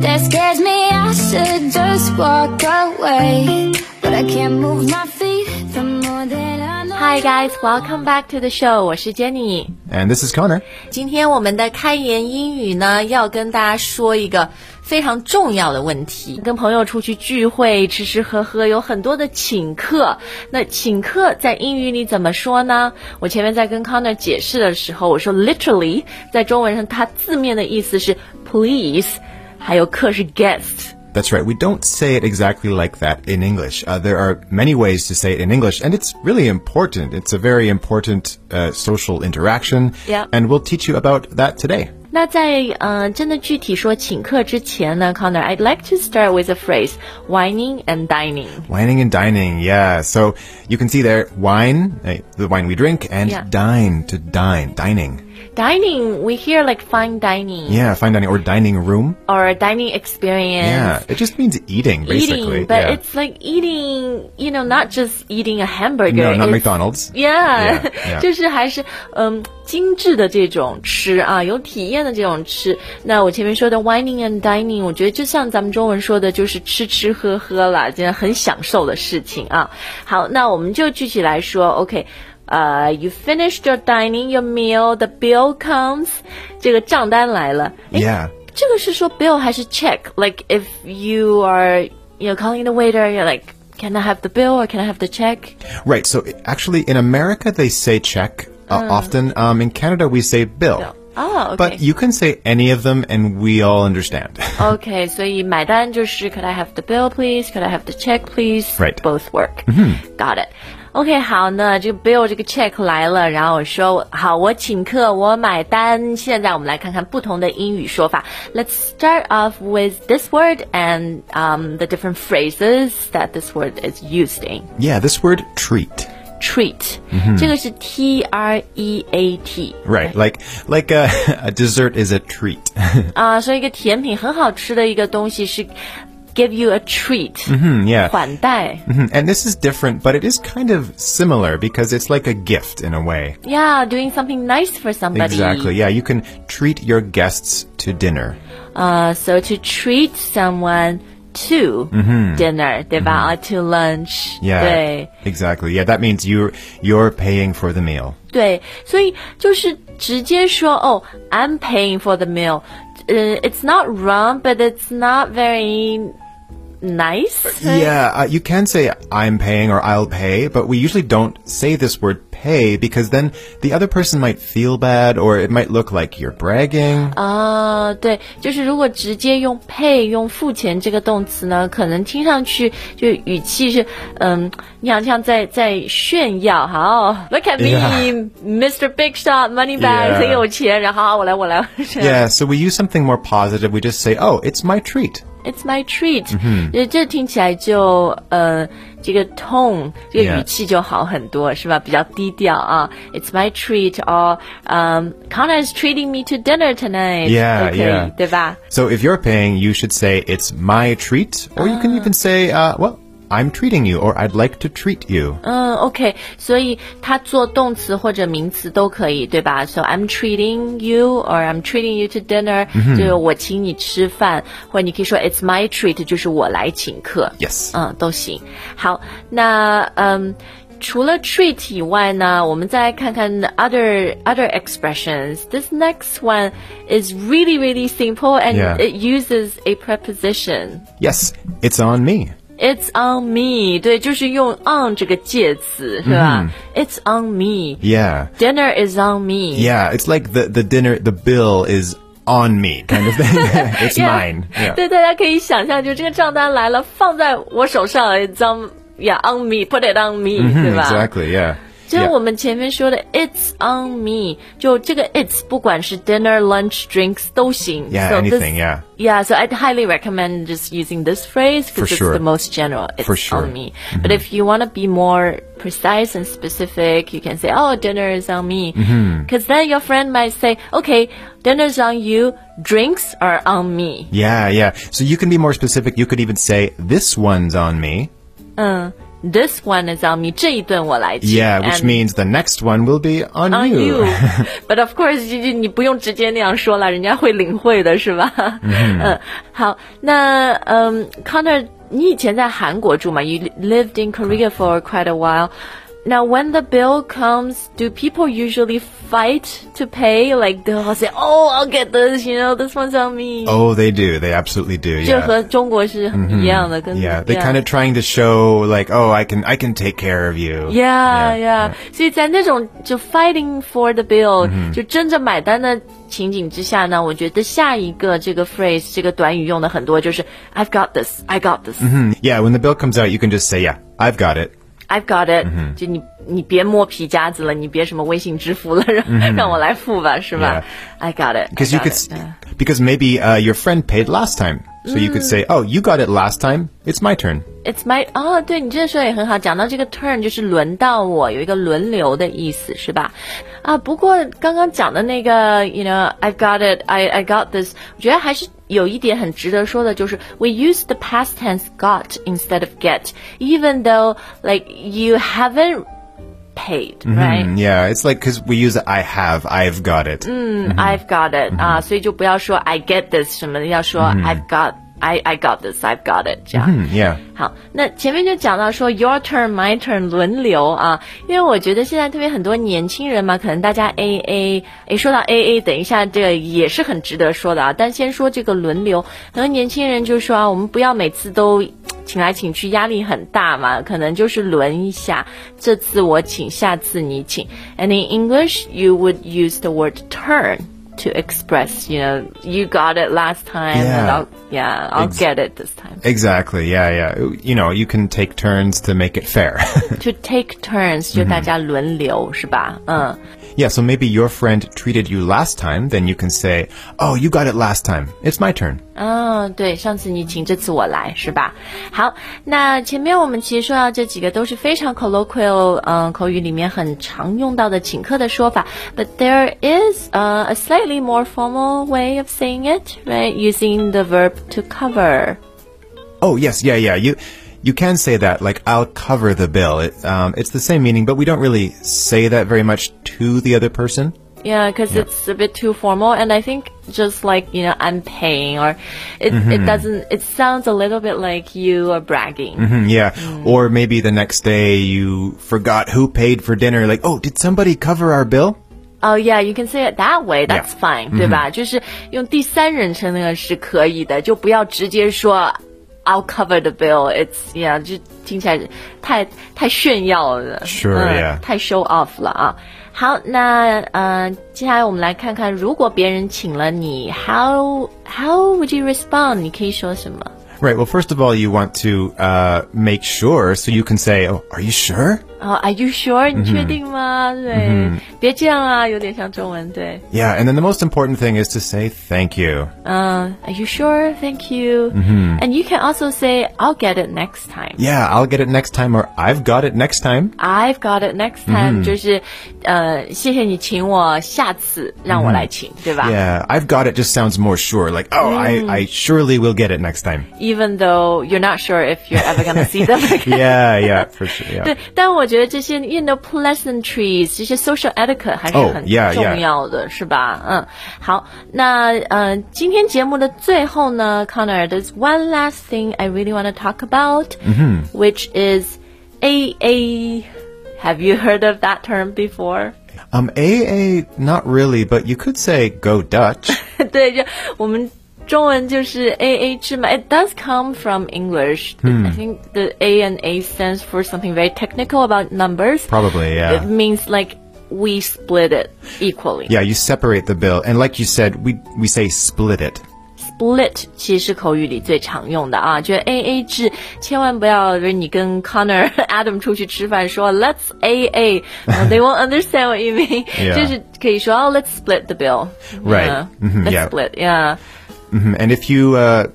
that scares me. I should just walk away, but I can't move my feet. The more that I know. Hi guys, welcome back to the show。我是 Jenny。 And this is Connor. 今天我们的开言英语呢，要跟大家说一个非常重要的问题。跟朋友出去聚会、吃吃喝喝，有很多的请客。那请客在英语里怎么说呢？我前面在跟 Connor 解释的时候，我说 literally，在中文上它字面的意思是 please，还有客是 guest。 That's right, we don't say it exactly like that in English. Uh, there are many ways to say it in English, and it's really important. It's a very important uh, social interaction. Yeah. And we'll teach you about that today. 那在呃真的具体说请客之前呢，Connor，I'd like to start with a phrase wining and dining。 Wining and dining, yeah. So you can see there wine, eh, the wine we drink, and Yeah. dine to dine, dining. Dining, we hear like fine dining Yeah, fine dining or dining room. or a dining experience. Yeah, it just means eating, basically. Eating, but yeah. it's like eating, you know, not just eating a hamburger. no, not it's- McDonald's. Yeah，, Yeah, yeah. 就是还是嗯精致的这种吃啊，有体验的这种吃。那我前面说的 wining and dining，我觉得就像咱们中文说的，就是吃吃喝喝啦，这样很享受的事情啊。好，那我们就具体来说，OK。呃、y o u finished your dining, your meal, the bill comes，这个账单来了。诶 Yeah. 这个是说 bill 还是 check？Like if you are, you know, calling the waiter, you're like, can I have the bill or can I have the check？ Right. So i- actually, in America, they say check uh, often. Um, in Canada, we say bill. 哦、o k But you can say any of them, and we all understand. Okay，所以买单就是 Could I have the bill please? Could I have the check please? Right. Mm-hmm. Both work. Got it. OK，好，那这个 bill 这个 check 来了，然后我说好，我请客，我买单。现在我们来看看不同的英语说法。Let's start off with this word and um the different phrases that this word is used in. yeah, this word treat. Treat，、这个是 T R E A T， Right. Like like a, a dessert is a treat. 啊、所以一个甜品很好吃的一个东西是 give you a treat，、 Hmm, yeah. 款待。 Mhm. And this is different, but it is kind of similar because it's like a gift in a way. Yeah, doing something nice for somebody. Exactly. Yeah, you can treat your guests to dinner. Uh, so to treat someone to dinner, 对吧？To lunch. Yeah. 对 Exactly. Yeah, that means you you're paying for the meal. 对，所以就是直接说哦、i m paying for the meal. 呃、i t s not wrong, but it's not very nice. right? Yeah, uh, you can say I'm paying or I'll pay, but we usually don't say this word pay because then the other person might feel bad or it might look like you're bragging. Oh. 啊，对，就是如果直接用 pay 用付钱这个动词呢，可能听上去就语气是，嗯，你好像在在炫耀，好，look at Yeah. me，Mr. Big Shot Money Bag， Yeah. 很有钱，然后啊我来我来 yeah, so we use something more positive. We just say, "Oh, it's my treat." ，It's my treat，呃 Mm-hmm. 这听起来就呃这个 tone 这个 Yeah. 语气就好很多，是吧？比较低调啊，It's my treat，or 嗯，Connor is treating me to dinner tonight， Yeah, 都可以 yeah. 对吧？ So if you're paying, you should say, "It's my treat," or you can even say, uh, "Well, I'm treating you," or "I'd like to treat you." 嗯，OK，所以它做动词或者名词都可以，对吧？So I'm treating you or I'm treating you to dinner，、就是我请你吃饭，或者你可以说 It's my treat，就是我来请客。 Yes. 嗯，都行。好，那嗯。除了 treat 以外呢，我们再来看看 other other expressions. This next one is really really simple and Yeah. it uses a preposition. yes, it's on me. It's on me，对，就是用 on 这个介词，是吧、i 嗯 t s on me。 Yeah. Dinner is on me. Yeah, it's like the the dinner, the bill is on me kind of thing. it's mine. Yeah. 对，大家可以想象，就这个账单来了，放在我手上，It's on yeah on me，put it on me，、对吧嗯 Exactly, yeah. 就是 Yeah. 我们前面说的，It's on me，就这个 It's 不管是 dinner、lunch、drinks 都行。 Yeah, so this- anything, yeah. Yeah, so I'd highly recommend just using this phrase For because it's sure. the most general. It's For sure. Mm-hmm. on me. But if you want to be more precise and specific, you can say, "Oh, dinner is on me," Mm-hmm. because then your friend might say, "Okay, dinner's on you. Drinks are on me." Yeah, yeah. So you can be more specific. You could even say, this one's on me. This one is on me. 这一顿我来请。 Yeah, which and means the next one will be on, on you. But of course，你你你不用直接那样说了，人家会领会的，是吧？ 嗯，好，那嗯，Connor，你以前在韩国住嘛？You lived in Korea for quite a while. Now, when the bill comes, do people usually fight to pay? Like they'll say, "Oh, I'll get this," you know, "This one's on me." Oh, they do. They absolutely do. 这 Yeah. 和中国是一样的，跟 Yeah, they yeah. kind of trying to show like, oh, I can I can take care of you. Yeah, Yeah, 嗯 yeah. 所以在那种就 fighting for the bill，、就争着买单的情景之下呢，我觉得下一个这个 phrase 这个短语用的很多，就是 I've got this, I got this,、 Hmm, Yeah, when the bill comes out, you can just say, yeah, I've got it. I've got it、就嗯你你别摸皮夹子了，你别什么微信支付了，让、嗯让我来付吧，是吧 I got it. I Because you got could, it. 嗯 Yeah. s because maybe uh, your friend paid last time, so you Mm. could say, "Oh, you got it last time. It's my turn." It's my 哦，对你这说也很好。讲到这个 turn，就是轮到我，有一个轮流的意思，是吧？啊，不过刚刚讲的那个，you know，I got it，I I got this，我觉得还是有一点很值得说的，就是 we use the past tense got instead of get，even though like you haven't paid，right？、 Mm, yeah, it's like because we use "I have," "I've got it." Mm. I've got it 啊，所以就不要说 I get this 什么的，要说 I've got I I got this I've got it 这样。 Hmm, yeah. 好，那前面就讲到说 your turn my turn 轮流啊，因为我觉得现在特别很多年轻人嘛，可能大家 A A，诶，说到 A A，等一下这个也是很值得说的啊。但先说这个轮流，很多年轻人就说啊，我们不要每次都。请来请去，压力很大嘛，可能就是轮一下，这次我请，下次你请。And in English, you would use the word turn to express, you know, you got it last time, and Yeah. I'll, yeah, I'll Ex- get it this time. Exactly. Yeah, yeah. You know, you can take turns to make it fair. To take turns 就大家轮流、是吧？嗯 yeah, so maybe your friend treated you last time, then you can say, "Oh, you got it last time. It's my turn." 嗯、对，上次你请，这次我来是吧？好，那前面我们其实说到这几个都是非常 colloquial，嗯、口语里面很常用到的请客的说法。But there is 呃 a slightly more formal way of saying it, right? Using the verb to cover. Oh, yes. Yeah, yeah. You you can say that like I'll cover the bill. It, um, it's the same meaning, but we don't really say that very much to the other person. Yeah, because it's a bit too formal, and I think just like you know, I'm paying, or it it doesn't. It sounds a little bit like you are bragging. Mm, Yeah. Or maybe the next day you forgot who paid for dinner. Like, oh, did somebody cover our bill? Oh yeah, you can say it that way. That's Yeah. Mm-hmm. fine，、对吧？就是用第三人称那个是可以的，就不要直接说 I'll cover the bill. It's yeah，就听起来太太炫耀了 Sure, 嗯 yeah. 太 show off 了啊。好，那呃，接下来我们来看看，如果别人请了你，how how would you respond？你可以说什么？ Right. Well, first of all, you want to uh, make sure, so you can say, "Oh, are you sure?" 哦、a r e you sure？你嗯确定吗？对别这样啊，有点像中文对。 Yeah. And then the most important thing is to say thank you. Uh, are you sure? Thank you. And you can also say, I'll get it next time. Mm-hmm. Yeah, I'll get it next time, or I've got it next time. I've got it next Mm-hmm. time. 就是，呃，谢谢你请我，下次让我来请，对吧 Mm-hmm. Yeah, I've got it just sounds more sure. Like, oh, I, I surely will get it next time. Even though you're not sure if you're ever gonna see them again. Yeah, yeah, for sure. 对 Yeah.，但我觉得这些，you know, pleasantries，这些 social etiquette 还是 Oh, 很 yeah, yeah. 重要的是吧？嗯，好，那呃，今天节目的最后呢，Connor，there's one last thing I really want to talk about，which is AA。Have you heard of that term before？ Um, AA, not really, but you could say go Dutch. 对，就我们中文就是 A A 制嘛。It does come from English. I think the A and A stands for something very technical about numbers. Probably, It yeah. means like we split it equally. Yeah, you separate the bill, and like you said, we we say split it. Split 其实是口语里最常用的啊，就 A A 制，千万不要就是你跟 Connor、Adam 出去吃饭说 Let's A A，然后 they won't understand what you mean， Yeah. 就是可以说 Oh, Let's split the bill. Right. Yeah. Mhm, Let's yeah. split. Yeah. Mhm, And if you, uh,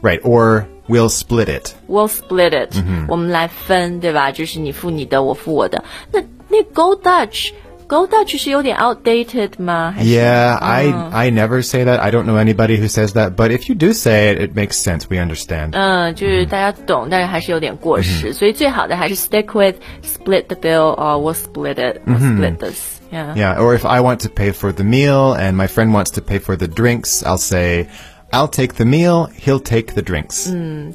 right, or we'll split it. We'll split it，、我们来分，对吧？就是你付你的，我付我的。那那 Go Dutch Go Dutch 是有点 outdated 吗？还是 Yeah, I I never say that. I don't know anybody who says that, but if you do say it, it makes sense. We understand. 嗯，就是大家懂，但是还是有点过时，所以最好的还是 stick with split the bill or we'll split it, we'll split this. Yeah. Yeah, or if I want to pay for the meal and my friend wants to pay for the drinks, I'll say, I'll take the meal, he'll take the drinks.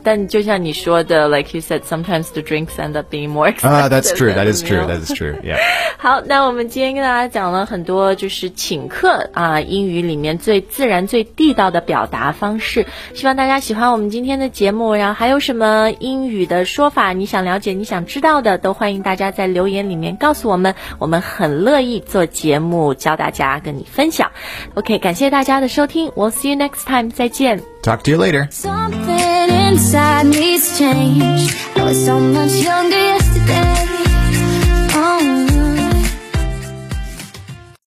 但就像你说的，like you said, sometimes the drinks end up being more expensive. Ah, that's true. than That the is true. meal. That is true. Yeah. 好，那我们今天跟大家讲了很多，就是请客啊，英语里面最自然、最地道的表达方式。希望大家喜欢我们今天的节目。然后还有什么英语的说法，你想了解、你想知道的，都欢迎大家在留言里面告诉我们，我们很乐意做节目教大家，跟你分享。OK，感谢大家的收听，We'll see you next time，再见。 Talk to you later. Something inside me's changed. I was so much younger. Oh.